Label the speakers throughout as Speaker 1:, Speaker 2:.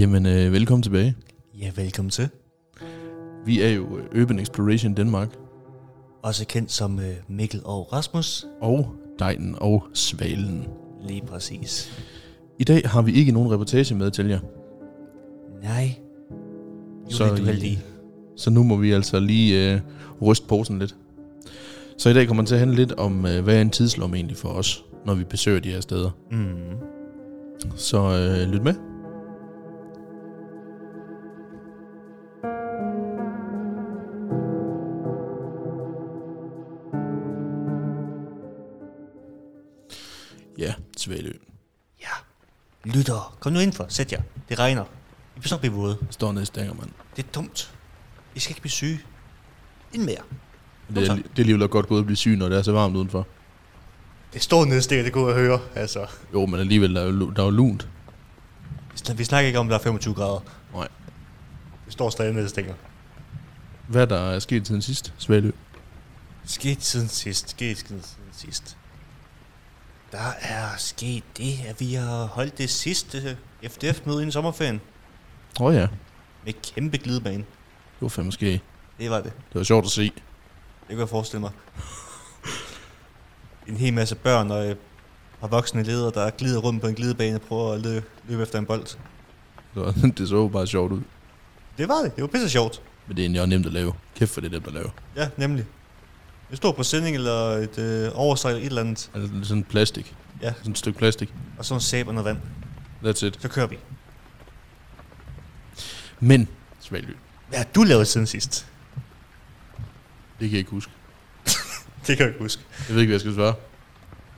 Speaker 1: Jamen, øh, velkommen tilbage.
Speaker 2: Ja, velkommen til.
Speaker 1: Vi er jo øh, Urban Exploration Danmark,
Speaker 2: Også kendt som øh, Mikkel og Rasmus.
Speaker 1: og Dejten og Svalen.
Speaker 2: Lige præcis.
Speaker 1: I dag har vi ikke nogen reportage med til jer,
Speaker 2: Nej. I
Speaker 1: Så
Speaker 2: Så lidt
Speaker 1: I-
Speaker 2: uheldige.
Speaker 1: så nu må vi altså lige øh, ryste posen lidt. Så i dag kommer det til at handle lidt om, øh, hvad er en tidslomme egentlig for os, når vi besøger de her steder.
Speaker 2: Mm.
Speaker 1: Så øh, lyt med. Ja, Svalø.
Speaker 2: Ja. Lytter. Kom nu indenfor. Sæt jer. Det regner. I bliver snart blive våde.
Speaker 1: Der står nede i stænger, mand.
Speaker 2: Det er dumt. I skal ikke blive syge. Ind med jer.
Speaker 1: Det, er,
Speaker 2: tak.
Speaker 1: det er alligevel godt gået at blive syg, når det er så varmt udenfor.
Speaker 2: Det står nedstikker, det kunne jeg høre. Altså.
Speaker 1: Jo, men alligevel, der er jo, lu- der er jo lunt.
Speaker 2: Vi snakker ikke om, at der er 25 grader.
Speaker 1: Nej.
Speaker 2: Det står stadig nedstikker.
Speaker 1: Hvad er der er sket siden sidst, Svalø?
Speaker 2: Sket siden sidst, sket siden siden sidst. Der er sket det, at vi har holdt det sidste FDF-møde inden sommerferien
Speaker 1: Åh oh, ja,
Speaker 2: med kæmpe glidebane.
Speaker 1: det var fandme skæg.
Speaker 2: Det var det.
Speaker 1: Det var sjovt at se.
Speaker 2: Det kan jeg forestille mig. En hel masse børn og, øh, og voksne ledere, der glider rundt på en glidebane og prøver at løbe, løbe efter en bold.
Speaker 1: Det, var, det så bare sjovt ud.
Speaker 2: Det var det. Det var pisse sjovt.
Speaker 1: Men det er egentlig også nemt at lave. Kæft for det er nemt at lave.
Speaker 2: Ja, nemlig. En stor præsending eller et øh, oversejl eller et eller andet.
Speaker 1: Altså det er sådan plastik.
Speaker 2: Ja.
Speaker 1: Sådan et stykke plastik.
Speaker 2: Og så en sæbe og noget vand.
Speaker 1: That's it.
Speaker 2: Så kører vi.
Speaker 1: Men, Svalø,
Speaker 2: Hvad har du lavet siden sidst?
Speaker 1: det kan jeg ikke huske.
Speaker 2: Det kan jeg ikke huske.
Speaker 1: Jeg ved ikke, hvad jeg skal svare.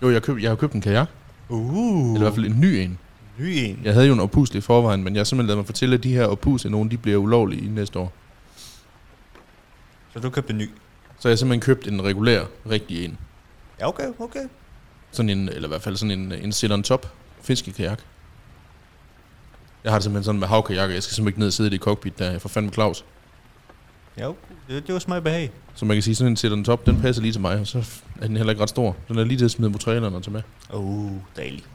Speaker 1: Jo, jeg, køb, jeg har købt en kajak. Uh.
Speaker 2: Uh,
Speaker 1: Eller i hvert fald en ny en.
Speaker 2: ny en.
Speaker 1: Jeg havde jo en opuslig i forvejen, men jeg har simpelthen lavet mig fortælle, at de her opuslige nogen, de bliver ulovlige i næste år.
Speaker 2: Så du købte en ny?
Speaker 1: Så jeg har simpelthen købt en regulær, rigtig en.
Speaker 2: Ja, okay, okay.
Speaker 1: Sådan en, eller i hvert fald sådan en, en sit on top fiskekajak. Jeg har det simpelthen sådan med havkajakker. Jeg skal simpelthen ikke ned og sidde i det cockpit, der er for fanden Claus.
Speaker 2: Ja, okay. det, det var smag og behag.
Speaker 1: Så man kan sige, sådan en sit on top, den passer lige til mig, og så er den heller ikke ret stor. Den er lige til at smide mod traileren og tage med.
Speaker 2: Uh, dejligt.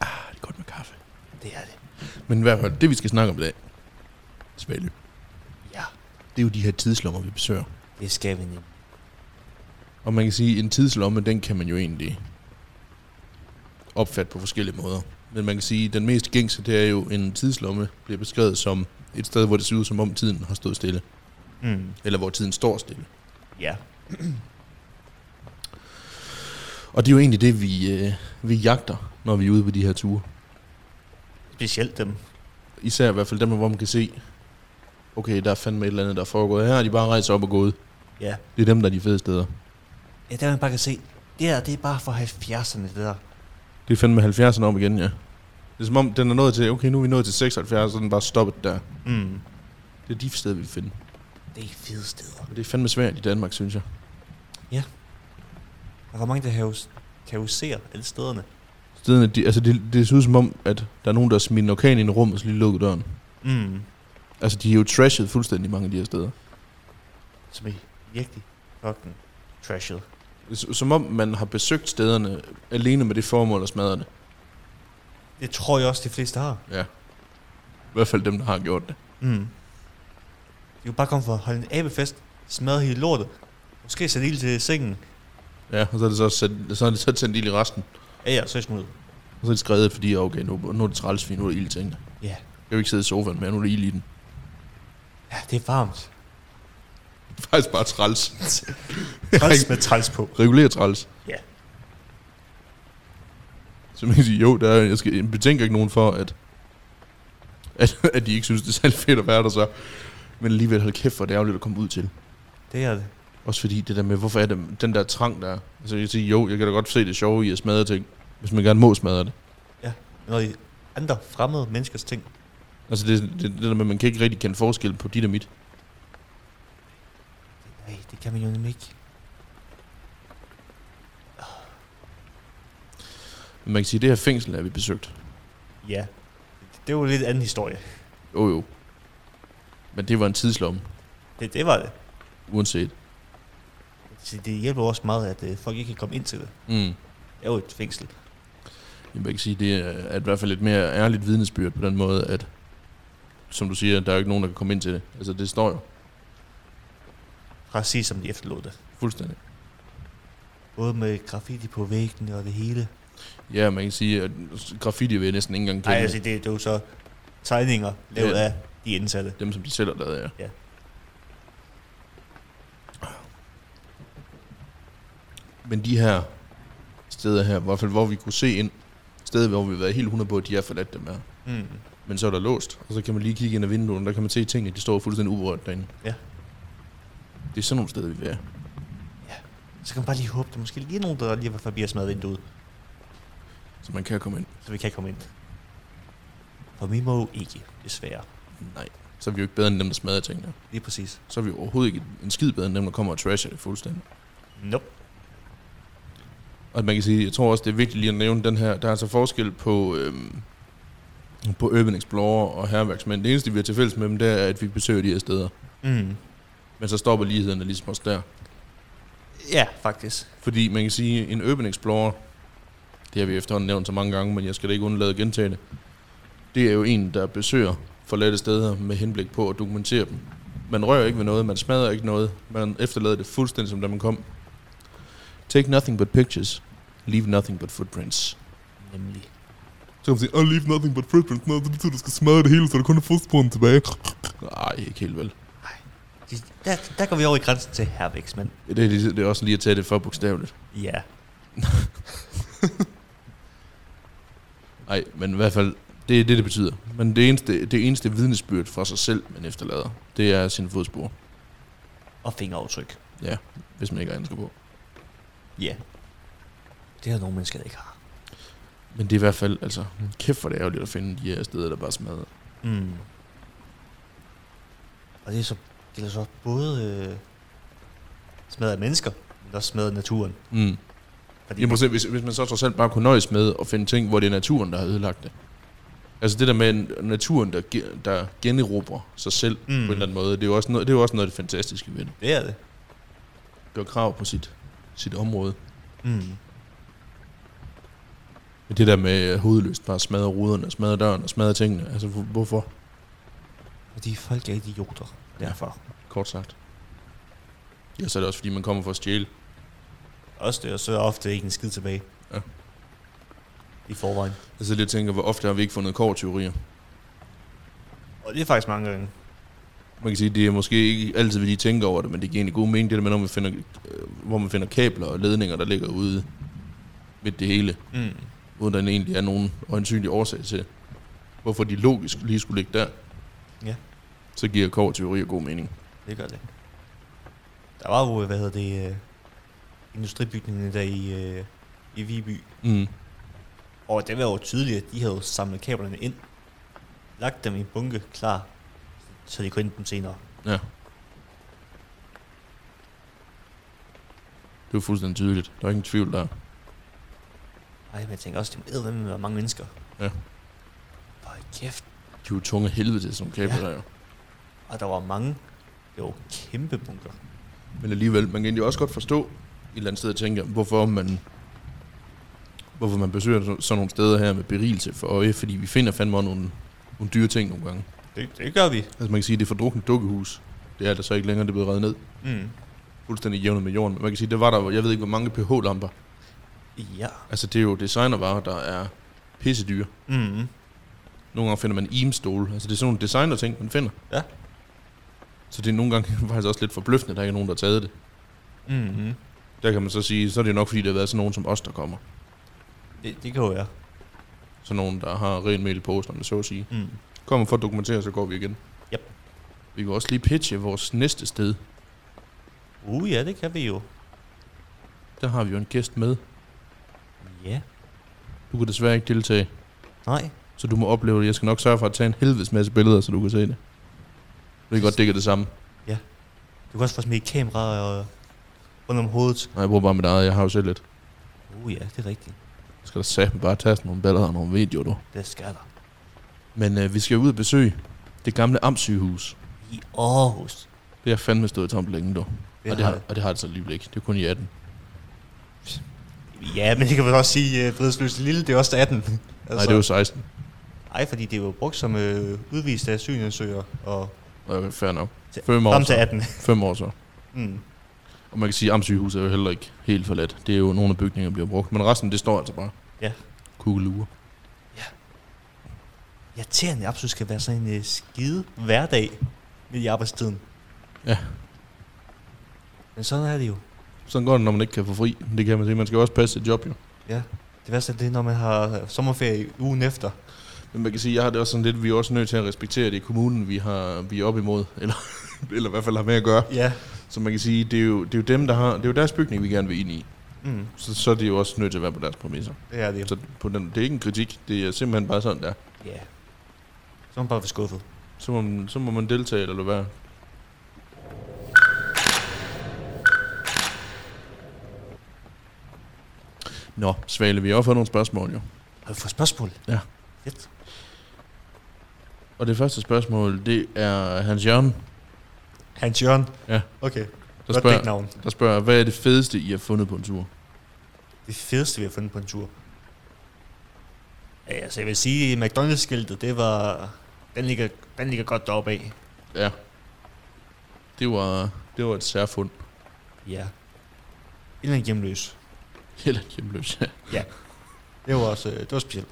Speaker 1: Ah, det er godt med kaffe.
Speaker 2: Det er det.
Speaker 1: Men i hvert fald, det vi skal snakke om i dag, Svalø,
Speaker 2: Ja,
Speaker 1: det er jo de her tidslommer, vi besøger.
Speaker 2: det skal vi nemlig.
Speaker 1: Og man kan sige, at en tidslomme, den kan man jo egentlig opfatte på forskellige måder. Men man kan sige, at den mest gængse, det er jo, at en tidslomme bliver beskrevet som et sted, hvor det ser ud som om tiden har stået stille.
Speaker 2: Mm.
Speaker 1: Eller hvor tiden står stille.
Speaker 2: Ja.
Speaker 1: Og det er jo egentlig det, vi, øh, vi jagter, når vi er ude på de her ture.
Speaker 2: Specielt dem.
Speaker 1: Især i hvert fald dem, hvor man kan se, okay, der er fandme et eller andet, der er foregået. Her er de bare rejst op og gået.
Speaker 2: Ja.
Speaker 1: Det er dem, der er de fede steder.
Speaker 2: Ja, der man bare kan se. Det der, det er bare for 70'erne, det der.
Speaker 1: Det er fandme 70'erne om igen, ja. Det er som om, den er nået til, okay, nu er vi nået til 76, så er den bare stoppet der.
Speaker 2: Mm.
Speaker 1: Det er de steder, vi vil finde.
Speaker 2: Det er fede steder.
Speaker 1: Og det er fandme svært i Danmark, synes jeg.
Speaker 2: Der er mange, der haus- kaoserer alle stederne.
Speaker 1: Stederne, de, altså det, det ser ud som om, at der er nogen, der smider en orkan ind i rummet, og så lige lukker døren.
Speaker 2: Mm.
Speaker 1: Altså, de er jo trashet fuldstændig mange af de her steder.
Speaker 2: Som er virkelig fucking trashet.
Speaker 1: S- Som om man har besøgt stederne alene med det formål at smadre det.
Speaker 2: Det tror jeg også, de fleste har.
Speaker 1: Ja. I hvert fald dem, der har gjort det.
Speaker 2: Mm. De er jo bare kommet for at holde en abefest, smadre hele lortet. Måske sætte ild til sengen.
Speaker 1: Ja, og så er det så, sat, så, er det så tændt ild i resten.
Speaker 2: Ja, ja, så er jeg
Speaker 1: Og så er det skrevet, fordi okay, nu, nu er det træls, fordi nu er det ild i tingene.
Speaker 2: Ja.
Speaker 1: Jeg vil ikke sidde i sofaen mere, nu er det ild i den.
Speaker 2: Ja, det er varmt.
Speaker 1: Det er faktisk bare træls.
Speaker 2: Træls med træls på.
Speaker 1: Regulær træls.
Speaker 2: Ja.
Speaker 1: Så man kan sige, jo, der er, jeg, skal, jeg betænker ikke nogen for, at, at, at de ikke synes, det er særlig fedt at være der så. Men alligevel, hold kæft, hvor det er ærgerligt at komme ud til.
Speaker 2: Det er det.
Speaker 1: Også fordi det der med, hvorfor er det, den der trang der er. Altså jeg siger, jo, jeg kan da godt se det sjove i at smadre ting, hvis man gerne må smadre det.
Speaker 2: Når de andre fremmede menneskers ting.
Speaker 1: Altså det, det, det der med, man kan ikke rigtig kende forskel på dit og mit.
Speaker 2: Nej, det kan man jo nemlig ikke.
Speaker 1: Men man kan sige, at det her fængsel er vi besøgt.
Speaker 2: Ja. Det, det var lidt anden historie.
Speaker 1: Jo jo. Men det var en tidslomme,
Speaker 2: Det, det var altså, det.
Speaker 1: uanset.
Speaker 2: Så det hjælper også meget, at øh, folk ikke kan komme ind til det.
Speaker 1: Mm.
Speaker 2: Det er jo et fængsel.
Speaker 1: Jamen, jeg kan sige, det er er i hvert fald et mere ærligt vidnesbyrd på den måde, at som du siger, der er jo ikke nogen, der kan komme ind til det. Altså, det står jo
Speaker 2: Præcis som de efterlod det.
Speaker 1: fuldstændig.
Speaker 2: Både med graffiti på væggen og det hele.
Speaker 1: Ja, man kan sige, at graffiti vil jeg næsten ikke engang
Speaker 2: Nej,
Speaker 1: kende.
Speaker 2: altså det, det er jo så tegninger lavet
Speaker 1: Ja.
Speaker 2: af de indsatte.
Speaker 1: Dem, som de selv har lavet, ja.
Speaker 2: Ja.
Speaker 1: Men de her steder her, i hvert fald hvor vi kunne se ind, steder, hvor vi har været helt 100 på, at de er forladt dem her.
Speaker 2: Mm.
Speaker 1: Men så er der låst, og så kan man lige kigge ind ad vinduet, der kan man se tingene, de står fuldstændig uberørt derinde.
Speaker 2: Ja.
Speaker 1: Det er sådan nogle steder, vi vil være.
Speaker 2: Så kan man bare lige håbe, der måske lige er nogen, der lige var forbi og smadret vinduet,
Speaker 1: Så man kan komme ind.
Speaker 2: så vi kan komme ind. For vi må jo ikke, desværre.
Speaker 1: Nej, så er vi jo ikke bedre end dem, der smadrer tingene.
Speaker 2: Lige præcis.
Speaker 1: Så er vi jo overhovedet ikke en skid bedre end dem, der kommer og trasher det fuldstændig.
Speaker 2: Nope.
Speaker 1: Og man kan sige, jeg tror også, det er vigtigt lige at nævne den her. Der er altså forskel på, øhm, på Urban Explorer og herværksmænd. Det eneste, vi har til fælles med dem, det er, at vi besøger de her steder.
Speaker 2: Mm.
Speaker 1: Men så stopper lighederne ligesom også der.
Speaker 2: Ja, faktisk.
Speaker 1: Fordi man kan sige, en Urban Explorer, det har vi efterhånden nævnt så mange gange, men jeg skal da ikke undlade at gentage det, det er jo en, der besøger forladte steder med henblik på at dokumentere dem. Man rører ikke ved noget, man smadrer ikke noget, man efterlader det fuldstændig som da man kom. Take nothing but pictures, leave nothing but footprints.
Speaker 2: Nemlig.
Speaker 1: Så kan man sige, I leave nothing but footprints, no, det betyder, du skal smadre det hele, så der kun er fodsporene tilbage. Nej, ikke helt vel.
Speaker 2: Det- Der, der går vi over i grænsen til hervækstmænd.
Speaker 1: Det er, lige- det er også lige at tage det for bogstaveligt.
Speaker 2: Ja.
Speaker 1: Nej, men i hvert fald, det er det, det betyder. Men det eneste, det eneste vidnesbyrd fra sig selv, man efterlader, det er sin fodspor,
Speaker 2: Og fingeraftryk.
Speaker 1: hvis man ikke har andet på.
Speaker 2: Ja. Det er der nogle mennesker, der ikke har.
Speaker 1: Men det er i hvert fald, altså, kæft for det ærgerligt at finde de her steder, der bare smadrer.
Speaker 2: Mm. Og det er så, gælder så både øh, smadret mennesker, men også smadret naturen.
Speaker 1: Mm.
Speaker 2: Fordi
Speaker 1: Jeg må se, hvis, hvis man så trods alt bare kunne nøjes med at finde ting, hvor det er naturen, der har ødelagt det. Altså det der med en- naturen, der, ge- der generobrer sig selv mm. på en
Speaker 2: Mm.
Speaker 1: eller anden måde, det er jo også noget, det er jo også noget af det fantastiske ved det.
Speaker 2: det er det.
Speaker 1: Gør krav på sit, sit område.
Speaker 2: Mm.
Speaker 1: Men det der med hovedløst bare smadre ruderne, smadre døren og smadre tingene, altså hvor- hvorfor?
Speaker 2: Fordi folk er idioter. Derfor.
Speaker 1: Kort sagt. Ja, så er det også fordi, man kommer for at stjæle.
Speaker 2: Også det, og så er ofte ikke en skid tilbage.
Speaker 1: Ja.
Speaker 2: I forvejen.
Speaker 1: Altså lidt tænker, hvor ofte har vi ikke fundet kårtyverier?
Speaker 2: Og det er faktisk mange gange.
Speaker 1: Man kan sige, det er måske ikke altid, vi lige tænker over det, men det giver egentlig god mening, det der med, når man finder, øh, hvor man finder kabler og ledninger, der ligger ude ved det hele,
Speaker 2: Mm.
Speaker 1: uden der egentlig er nogen øjensynlig årsag til, hvorfor de logisk lige skulle ligge der.
Speaker 2: Ja.
Speaker 1: Så giver kårtyverier god mening.
Speaker 2: Det gør det. Der var jo, hvad hedder det, øh, industribygningen der i, øh, i Viby.
Speaker 1: Mm.
Speaker 2: Og det var jo tydeligt, at de havde jo samlet kablerne ind, lagt dem i en bunke klar, så de kunne hente dem senere.
Speaker 1: Det er fuldstændig tydeligt. Der er ingen tvivl der.
Speaker 2: Ej, men jeg tænker også, det er med med mange mennesker.
Speaker 1: Ja.
Speaker 2: Hvor kæft.
Speaker 1: De er jo tunge af helvede til sådan nogle kabler ja. der jo.
Speaker 2: Og der var mange, jo kæmpe bunker.
Speaker 1: Men alligevel, man kan egentlig også godt forstå et eller andet sted at tænke, hvorfor man, hvorfor man besøger så- sådan nogle steder her med berigelse for øje, fordi vi finder fandme også nogle, nogle dyre ting nogle gange.
Speaker 2: Det, det gør vi.
Speaker 1: Altså man kan sige, det er fordrukne dukkehus. Det er der så ikke længere, det er blevet reddet ned.
Speaker 2: Mm.
Speaker 1: Fuldstændig jævnet med jorden. Men man kan sige, det var der, jo- jeg ved ikke, hvor mange pH-lamper.
Speaker 2: Ja.
Speaker 1: Altså det er jo designervarer, der er pissedyre.
Speaker 2: Mm.
Speaker 1: Nogle gange finder man imstol. Altså det er sådan nogle designer-ting, man finder.
Speaker 2: Ja.
Speaker 1: Så det er nogle gange faktisk også lidt forbløffende, at der ikke er nogen, der har taget det.
Speaker 2: Mm.
Speaker 1: Der kan man så sige, så er det nok fordi, der har været sådan nogen som os, der kommer.
Speaker 2: Det, det kan jo være.
Speaker 1: Sådan nogen, der har ren mel i posen, om det så at sige.
Speaker 2: Mm.
Speaker 1: Kommer for at dokumentere, så går vi igen.
Speaker 2: Yep.
Speaker 1: Vi kan også lige pitche vores næste sted.
Speaker 2: Uh, ja, det kan vi jo.
Speaker 1: Der har vi jo en gæst med.
Speaker 2: Ja.
Speaker 1: Du kan desværre ikke deltage,
Speaker 2: Nej.
Speaker 1: så du må opleve det. Jeg skal nok sørge for at tage en helvedes masse billeder, så du kan se det. Det er godt, det ikke er det samme.
Speaker 2: Du kan også få smidt kamera og rundt om hovedet.
Speaker 1: Nej, jeg bruger bare mit eget. Jeg har jo selv lidt.
Speaker 2: Uh, ja, det er rigtigt.
Speaker 1: Jeg skal da sætte bare tage sådan nogle billeder og nogle videoer, du.
Speaker 2: Det skal der.
Speaker 1: Men øh, vi skal jo ud og besøge det gamle amtssygehus.
Speaker 2: I Aarhus.
Speaker 1: Det har fandme stået tomt længe, du. og, det har,
Speaker 2: det.
Speaker 1: og det har det så alligevel ikke. Det er kun i 18.
Speaker 2: Ja, men det kan man også sige, at Fredsløse Lille, det er også 18. altså,
Speaker 1: Nej, det var 16.
Speaker 2: Ej, fordi det er jo brugt som øh, udviste asylansøger og
Speaker 1: Okay, fair nok.
Speaker 2: Til-
Speaker 1: Fem år,
Speaker 2: frem til
Speaker 1: så.
Speaker 2: 18.
Speaker 1: Fem år så.
Speaker 2: mm.
Speaker 1: Og man kan sige, at Amtssygehuset er jo heller ikke helt forladt. Det er jo nogle af bygningerne, der bliver brugt. Men resten, det står altså bare.
Speaker 2: Ja.
Speaker 1: Kugleure.
Speaker 2: Irriterende, jeg absolut skal være sådan en øh, skide hverdag midt i arbejdstiden.
Speaker 1: Ja.
Speaker 2: Men sådan er det jo.
Speaker 1: Sådan går det, når man ikke kan få fri. Det kan man sige. Man skal jo også passe sit job, jo.
Speaker 2: Det værste er det, er, når man har sommerferie ugen efter.
Speaker 1: Men man kan sige, at jeg har det også sådan lidt, vi er også nødt til at respektere det i kommunen, vi, har, vi er op imod. Eller, eller i hvert fald har med at gøre.
Speaker 2: Ja.
Speaker 1: Så man kan sige, det er jo, det er jo dem, der har, det er jo deres bygning, vi gerne vil ind i.
Speaker 2: Mm.
Speaker 1: Så, så er det jo også nødt til at være på deres præmisser.
Speaker 2: Det er det jo.
Speaker 1: Så på den, det er ikke en kritik, det er simpelthen bare sådan der.
Speaker 2: Ja. Så er man bare for skuffet.
Speaker 1: Så må man, så må man deltage eller lade være. Nå, Svale, vi har også fået nogle spørgsmål jo.
Speaker 2: Har du fået spørgsmål?
Speaker 1: Ja.
Speaker 2: Fedt.
Speaker 1: Og det første spørgsmål, det er Hans Jørgen,
Speaker 2: Hans Jørgen.
Speaker 1: Ja.
Speaker 2: Okay.
Speaker 1: der
Speaker 2: Godt
Speaker 1: spørger,
Speaker 2: dæknavn.
Speaker 1: der spørger, hvad er det fedeste, I har fundet på en tur?
Speaker 2: Det fedeste, vi har fundet på en tur. Ja, altså jeg vil sige, at McDonald's-skiltet, det var... Den ligger, den ligger godt deroppe af.
Speaker 1: Ja. Det var, det var et særfund.
Speaker 2: Ja. Eller en hjemløs.
Speaker 1: Helt hjemløs. ja.
Speaker 2: Det var også... øh, Det var specielt.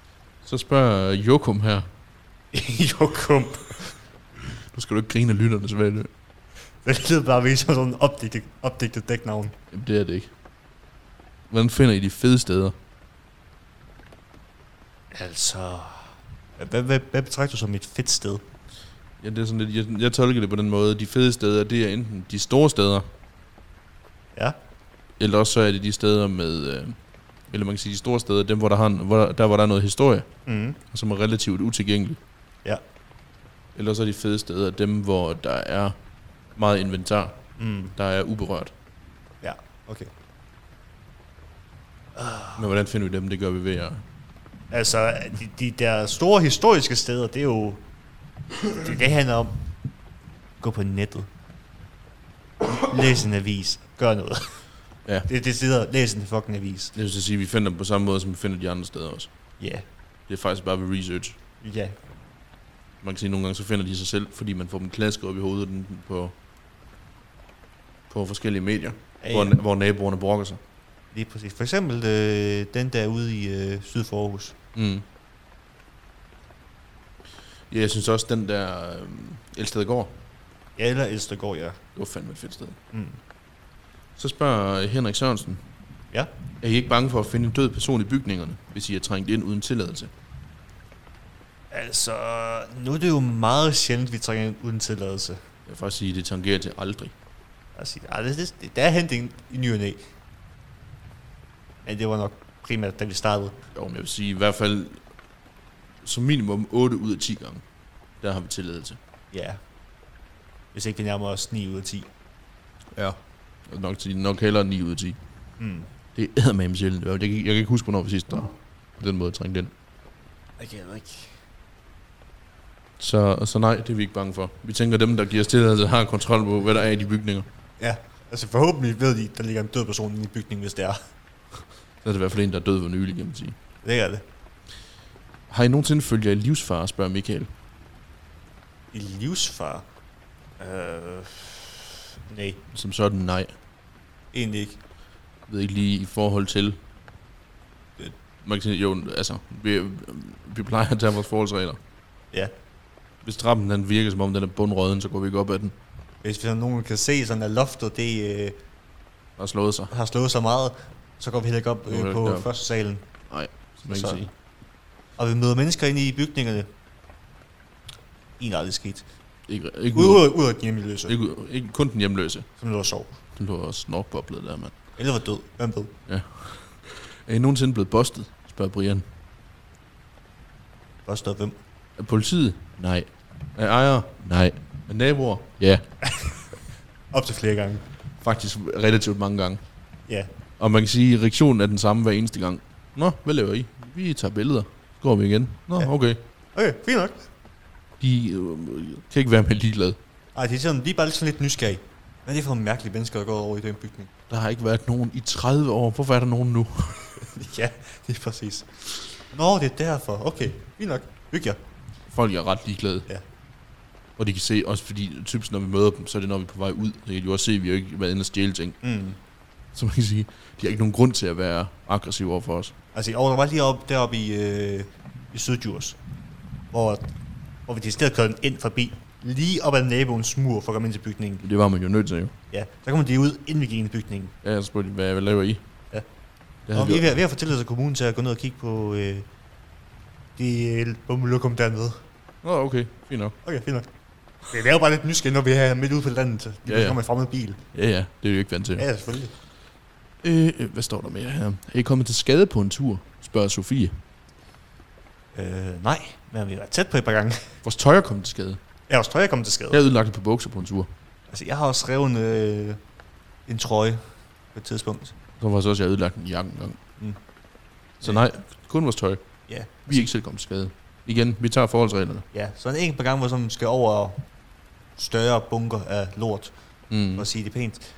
Speaker 1: Så spørger Jokum her.
Speaker 2: jo, kom.
Speaker 1: Nu skal du ikke grine af lytterne, Svale.
Speaker 2: Det lyder bare virkelig som sådan en opdigtet, opdigtet dæknavn.
Speaker 1: Jamen, det er det ikke. Hvordan finder I de fede steder?
Speaker 2: Altså... Hvad, hvad, hvad betragter du som et fedt sted?
Speaker 1: Ja, det er sådan lidt, jeg, jeg tolker det på den måde. De fede steder, det er enten de store steder,
Speaker 2: Ja.
Speaker 1: eller også så er det de steder med, øh, eller man kan sige de store steder, dem hvor der, har, en- hvor, der- der, hvor der er noget historie,
Speaker 2: Mm.
Speaker 1: og som er relativt utilgængeligt.
Speaker 2: Ja.
Speaker 1: Eller så er de fede steder, dem hvor der er meget inventar,
Speaker 2: Mm.
Speaker 1: der er uberørt.
Speaker 2: Okay.
Speaker 1: Men hvordan finder vi dem? Det gør vi ved at...
Speaker 2: Altså, de, de der store historiske steder, det er jo... Det, det handler om... Gå på nettet. Læs en avis. Gør noget.
Speaker 1: Ja.
Speaker 2: Det, det sidder, læs en fucking avis.
Speaker 1: Det vil så sige, at vi finder dem på samme måde, som vi finder de andre steder også.
Speaker 2: Ja.
Speaker 1: Det er faktisk bare ved research.
Speaker 2: Ja.
Speaker 1: Man kan sige, at nogle gange så finder de sig selv, fordi man får dem klasket op i hovedet enten på, på forskellige medier,
Speaker 2: Ja,
Speaker 1: hvor,
Speaker 2: ja.
Speaker 1: hvor naboerne brokker sig.
Speaker 2: Lige præcis. For eksempel øh, den der ude i øh, syd for Aarhus.
Speaker 1: Mm. Ja, jeg synes også, den der øh, Elstedgård,
Speaker 2: Ja, eller Elstergård, ja.
Speaker 1: det var fandme et fedt sted.
Speaker 2: Mm.
Speaker 1: Så spørger Henrik Sørensen.
Speaker 2: Ja?
Speaker 1: Er I ikke bange for at finde en død person i bygningerne, hvis I er trængt ind uden tilladelse?
Speaker 2: Altså, nu er det jo meget sjældent, vi trænger ind uden tilladelse.
Speaker 1: Jeg vil faktisk sige, at det tangerer til aldrig.
Speaker 2: Altså, ej, det, det, det, der er hentet en- i ny og næ. Men det var nok primært, da vi startede.
Speaker 1: Jo, men jeg vil sige i hvert fald som minimum 8 ud af 10 gange, der har vi tilladelse.
Speaker 2: Ja. Hvis ikke vi nærmer os 9 ud af 10.
Speaker 1: Ja. Og nok, til, nok hellere 9 ud af 10.
Speaker 2: Mm.
Speaker 1: Det er eddermame sjældent. Jeg, kan- jeg kan ikke huske, hvornår vi sidst var på den måde trængt ind.
Speaker 2: Jeg kan ikke.
Speaker 1: Så, så nej, det er vi ikke bange for. Vi tænker, dem, der giver os tilladelse, har kontrol på, hvad der er i de bygninger.
Speaker 2: Ja, altså forhåbentlig ved de, der ligger en død person inde i bygningen, hvis det er.
Speaker 1: Der er det i hvert fald en, der er død for nylig, kan man sige.
Speaker 2: Det er det.
Speaker 1: Har I nogensinde følt jer i livsfare, spørger Michael.
Speaker 2: I livsfar? Øh, nej,
Speaker 1: Som sådan, nej.
Speaker 2: egentlig ikke.
Speaker 1: Jeg ved ikke lige i forhold til... øh,
Speaker 2: Det-
Speaker 1: Man kan sige, jo, altså, vi, vi plejer at tage vores forholdsregler.
Speaker 2: Ja.
Speaker 1: Hvis trappen den virker, som om den er bundrøden, så går vi ikke op ad den.
Speaker 2: Hvis vi nogen kan se, sådan at loftet det, øh,
Speaker 1: Og slået sig,
Speaker 2: har slået så meget, så går vi heller ikke op
Speaker 1: Nu er
Speaker 2: øh,
Speaker 1: det
Speaker 2: på
Speaker 1: deroppe.
Speaker 2: første salen.
Speaker 1: som man kan
Speaker 2: Så-
Speaker 1: sige.
Speaker 2: Og vi møder mennesker inde i bygningerne. Egentlig aldrig skidt.
Speaker 1: Ikke, ikke, ud,
Speaker 2: Udover ud af den hjemløse,
Speaker 1: ikke, ikke, kun den hjemløse.
Speaker 2: som lå og sov.
Speaker 1: Den lå også snorkboblet der, mand.
Speaker 2: Eller var død, hvem ved.
Speaker 1: Er I nogensinde blevet bustet, spørger Brian.
Speaker 2: Hvor stod hvem?
Speaker 1: Er politiet? Nej. Er ejere? Nej. Er naboer? Ja.
Speaker 2: Op til flere gange.
Speaker 1: Faktisk relativt mange gange.
Speaker 2: Ja.
Speaker 1: Og man kan sige, at reaktionen er den samme hver eneste gang. Nå, hvad laver I? Vi tager billeder. Så Går vi igen? Nå,
Speaker 2: Ja.
Speaker 1: okay.
Speaker 2: Okay, fint nok.
Speaker 1: De øh, kan ikke være med ligeglade.
Speaker 2: Ej, det er sådan, de er bare lidt sådan lidt nysgerrige. Hvad er det for nogle mærkelige mennesker, der går over i den bygning?
Speaker 1: Der har ikke været nogen i 30 år. Hvorfor er der nogen nu?
Speaker 2: ja, det er præcis. Nå, det er derfor. Okay, fint nok. Hyg jer.
Speaker 1: Folk er ret ligeglade.
Speaker 2: Ja.
Speaker 1: Og de kan se, også fordi typisk når vi møder dem, så er det når vi er på vej ud. Det kan de jo også se, at vi har jo ikke været inde og stjæle ting.
Speaker 2: Mm.
Speaker 1: Så man kan sige, de har ikke nogen grund til at være aggressive over for os.
Speaker 2: Altså, og der var lige op, deroppe i, øh, i Sydjurs, hvor, hvor vi decideret kørte den ind forbi, lige op ad naboens mur for at komme ind til bygningen.
Speaker 1: Det var man jo nødt til jo.
Speaker 2: Ja, der kom de ud, inden vi gik ind i bygningen.
Speaker 1: Ja, så spurgte de, hvad, hvad laver I?
Speaker 2: Ja.
Speaker 1: Det havde
Speaker 2: Og vi er
Speaker 1: vi,
Speaker 2: ved, ved at få tilladelse af kommunen til at gå ned og kigge på øh, de øh, bummelokum dernede.
Speaker 1: Nå, okay, fint nok.
Speaker 2: Okay, fint nok. Det er jo bare lidt nysgerrigt, når vi er midt ude på landet. Vi
Speaker 1: Ja, ja.
Speaker 2: kommer i fremmed bil.
Speaker 1: Ja, ja, det er vi ikke vant til.
Speaker 2: Ja, ja, selvfølgelig.
Speaker 1: Øh, øh, hvad står der mere her? Er I kommet til skade på en tur? Spørger Sofie.
Speaker 2: Øh, nej, men vi har været tæt på et par gange.
Speaker 1: Vores tøj er kommet til skade.
Speaker 2: Jeg har også trøje, jeg kom til skade.
Speaker 1: Jeg har ødelagt et par bukser på en tur.
Speaker 2: Altså, jeg har også skrevet en, øh, en trøje på et tidspunkt.
Speaker 1: Så var så også, jeg ødelagt en jakke engang.
Speaker 2: Mm.
Speaker 1: Mm. Så nej, kun vores tøj.
Speaker 2: Øh, Ja.
Speaker 1: Vi er ikke selv kommet til skade. Igen, vi tager forholdsreglerne.
Speaker 2: Ja, så en enkelt par gange, hvor sådan skal over større bunker af lort, for
Speaker 1: Mm.
Speaker 2: at sige det pænt.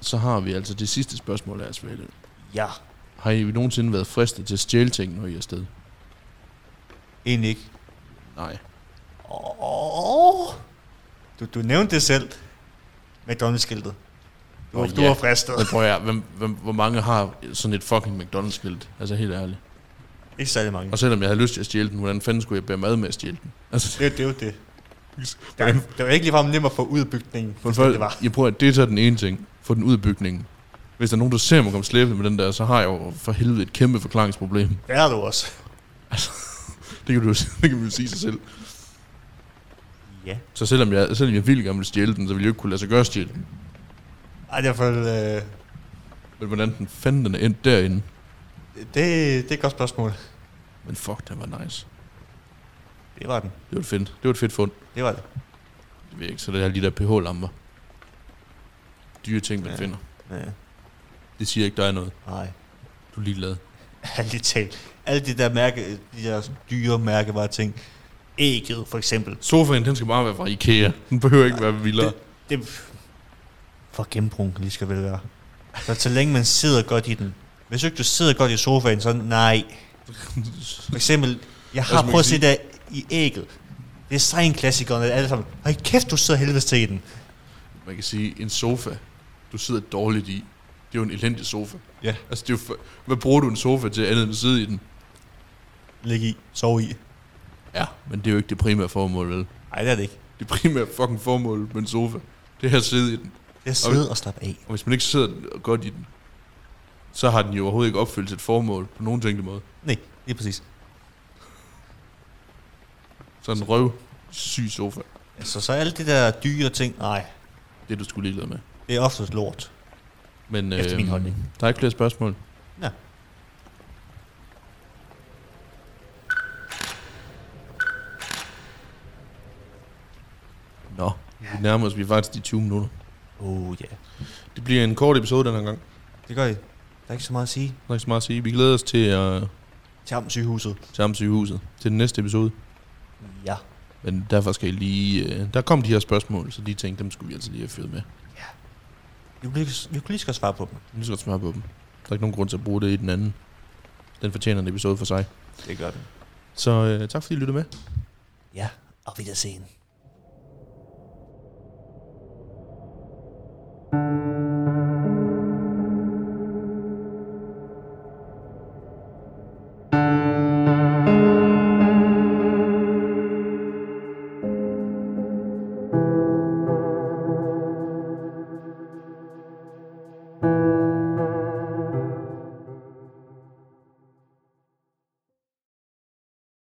Speaker 1: Så har vi altså det sidste spørgsmål af Svælde.
Speaker 2: Ja,
Speaker 1: Har I nogensinde været fristet til at stjæle ting, når I er afsted?
Speaker 2: egentlig ikke.
Speaker 1: Nej.
Speaker 2: Oh, du, du nævnte det selv. McDonald's-skiltet. Du,
Speaker 1: Åh,
Speaker 2: oh, du
Speaker 1: ja.
Speaker 2: var fristet.
Speaker 1: Men prøv at høre, hvem, hvem, hvor mange har sådan et fucking McDonald's-skilt? Altså helt ærligt.
Speaker 2: Ikke særlig mange.
Speaker 1: Og selvom jeg havde lyst til at stjæle den, hvordan fanden skulle jeg bære mad med at stjæle den? Altså,
Speaker 2: Det, det er jo det. Det var, det var ikke ligefrem nemt at få ud af bygningen,
Speaker 1: for
Speaker 2: hvis
Speaker 1: folk,
Speaker 2: det var.
Speaker 1: jeg prøver at det er så den ene ting. Få den ud af bygningen. Hvis der er nogen, der ser mig komme slæbende med den der, så har jeg jo for helvede et kæmpe forklaringsproblem.
Speaker 2: Det er du også.
Speaker 1: Det kan du jo det kan man jo sige sig selv.
Speaker 2: Ja.
Speaker 1: Så selvom jeg, selvom jeg vildt gerne ville stjæle den, så ville jeg jo ikke kunne lade sig gøre at stjæle den.
Speaker 2: Ej, det er i hvert fald... Øh,
Speaker 1: Men hvordan den fanden den er endt derinde?
Speaker 2: det, det er et godt spørgsmål.
Speaker 1: Men fuck, den var nice.
Speaker 2: Det var den.
Speaker 1: Det var et fedt, det var et fedt fund.
Speaker 2: Det var det.
Speaker 1: Det ved jeg ikke, så det er de der pH-lamper. Dyre ting, man
Speaker 2: Ja.
Speaker 1: ja. finder.
Speaker 2: Ja.
Speaker 1: Det siger ikke dig noget.
Speaker 2: Øh, Nej.
Speaker 1: Du er ligeglad.
Speaker 2: Ærligt talt. Alle de der, mærke, de der dyre mærkevarer ting. Ægget, for eksempel.
Speaker 1: Sofaen, den skal bare være fra Ikea. Den behøver ikke være vildere.
Speaker 2: Det, det for genbrug lige skal vel være. Så så længe man sidder godt i den. Hvis ikke du sidder godt i sofaen, så nej. For eksempel, jeg
Speaker 1: Altså,
Speaker 2: har
Speaker 1: man
Speaker 2: prøvet at
Speaker 1: kan
Speaker 2: se der i ægget. Det er sejnklassikeren, at alle sammen, hold kæft, du sidder helvedes til i den.
Speaker 1: Man kan sige, en sofa, du sidder dårligt i. Det er jo en elendig sofa.
Speaker 2: Ja.
Speaker 1: Altså, det er jo for, hvad bruger du en sofa til andet end at sidde i den?
Speaker 2: Læg i, sov i.
Speaker 1: Ja, men det er jo ikke det primære formål, vel?
Speaker 2: Nej, det er det ikke.
Speaker 1: Det primære fucking formål med en sofa, det er at sidde i den.
Speaker 2: Det er at sidde og slappe af.
Speaker 1: Og hvis man ikke sidder godt i den, så har den jo overhovedet ikke opfyldt sit formål på nogen tænkelig måde.
Speaker 2: Nej, det er præcis.
Speaker 1: Så en røv syg sofa,
Speaker 2: Altså, så alle de der dyre ting, nej,
Speaker 1: det er du skulle ligeglad med.
Speaker 2: det er oftest lort.
Speaker 1: Men, øhm,
Speaker 2: Efter min holdning.
Speaker 1: Der er ikke flere spørgsmål.
Speaker 2: Ja.
Speaker 1: Nå, vi nærmer os, vi er faktisk de 20 minutter.
Speaker 2: Oh ja. Yeah.
Speaker 1: Det bliver en kort episode den her gang. Der
Speaker 2: Det gør I. Der er ikke så meget at sige.
Speaker 1: er ikke så meget at sige. Vi glæder os til at uh,
Speaker 2: Tarm sygehuset.
Speaker 1: sammen sygehuset til den næste episode.
Speaker 2: Ja.
Speaker 1: Men derfor skal jeg lige... Uh, der kom de her spørgsmål, så de tænkte, dem skulle vi altså lige have fyret med.
Speaker 2: Vi kunne lige, vi kunne lige skal svare på dem.
Speaker 1: Nu skal jeg smøre på dem. Der er ikke nogen grund til at bruge det i den anden. Den fortjener en episode for sig.
Speaker 2: Det gør den.
Speaker 1: Så øh, tak fordi I lyttede med.
Speaker 2: Ja, og vi der sen.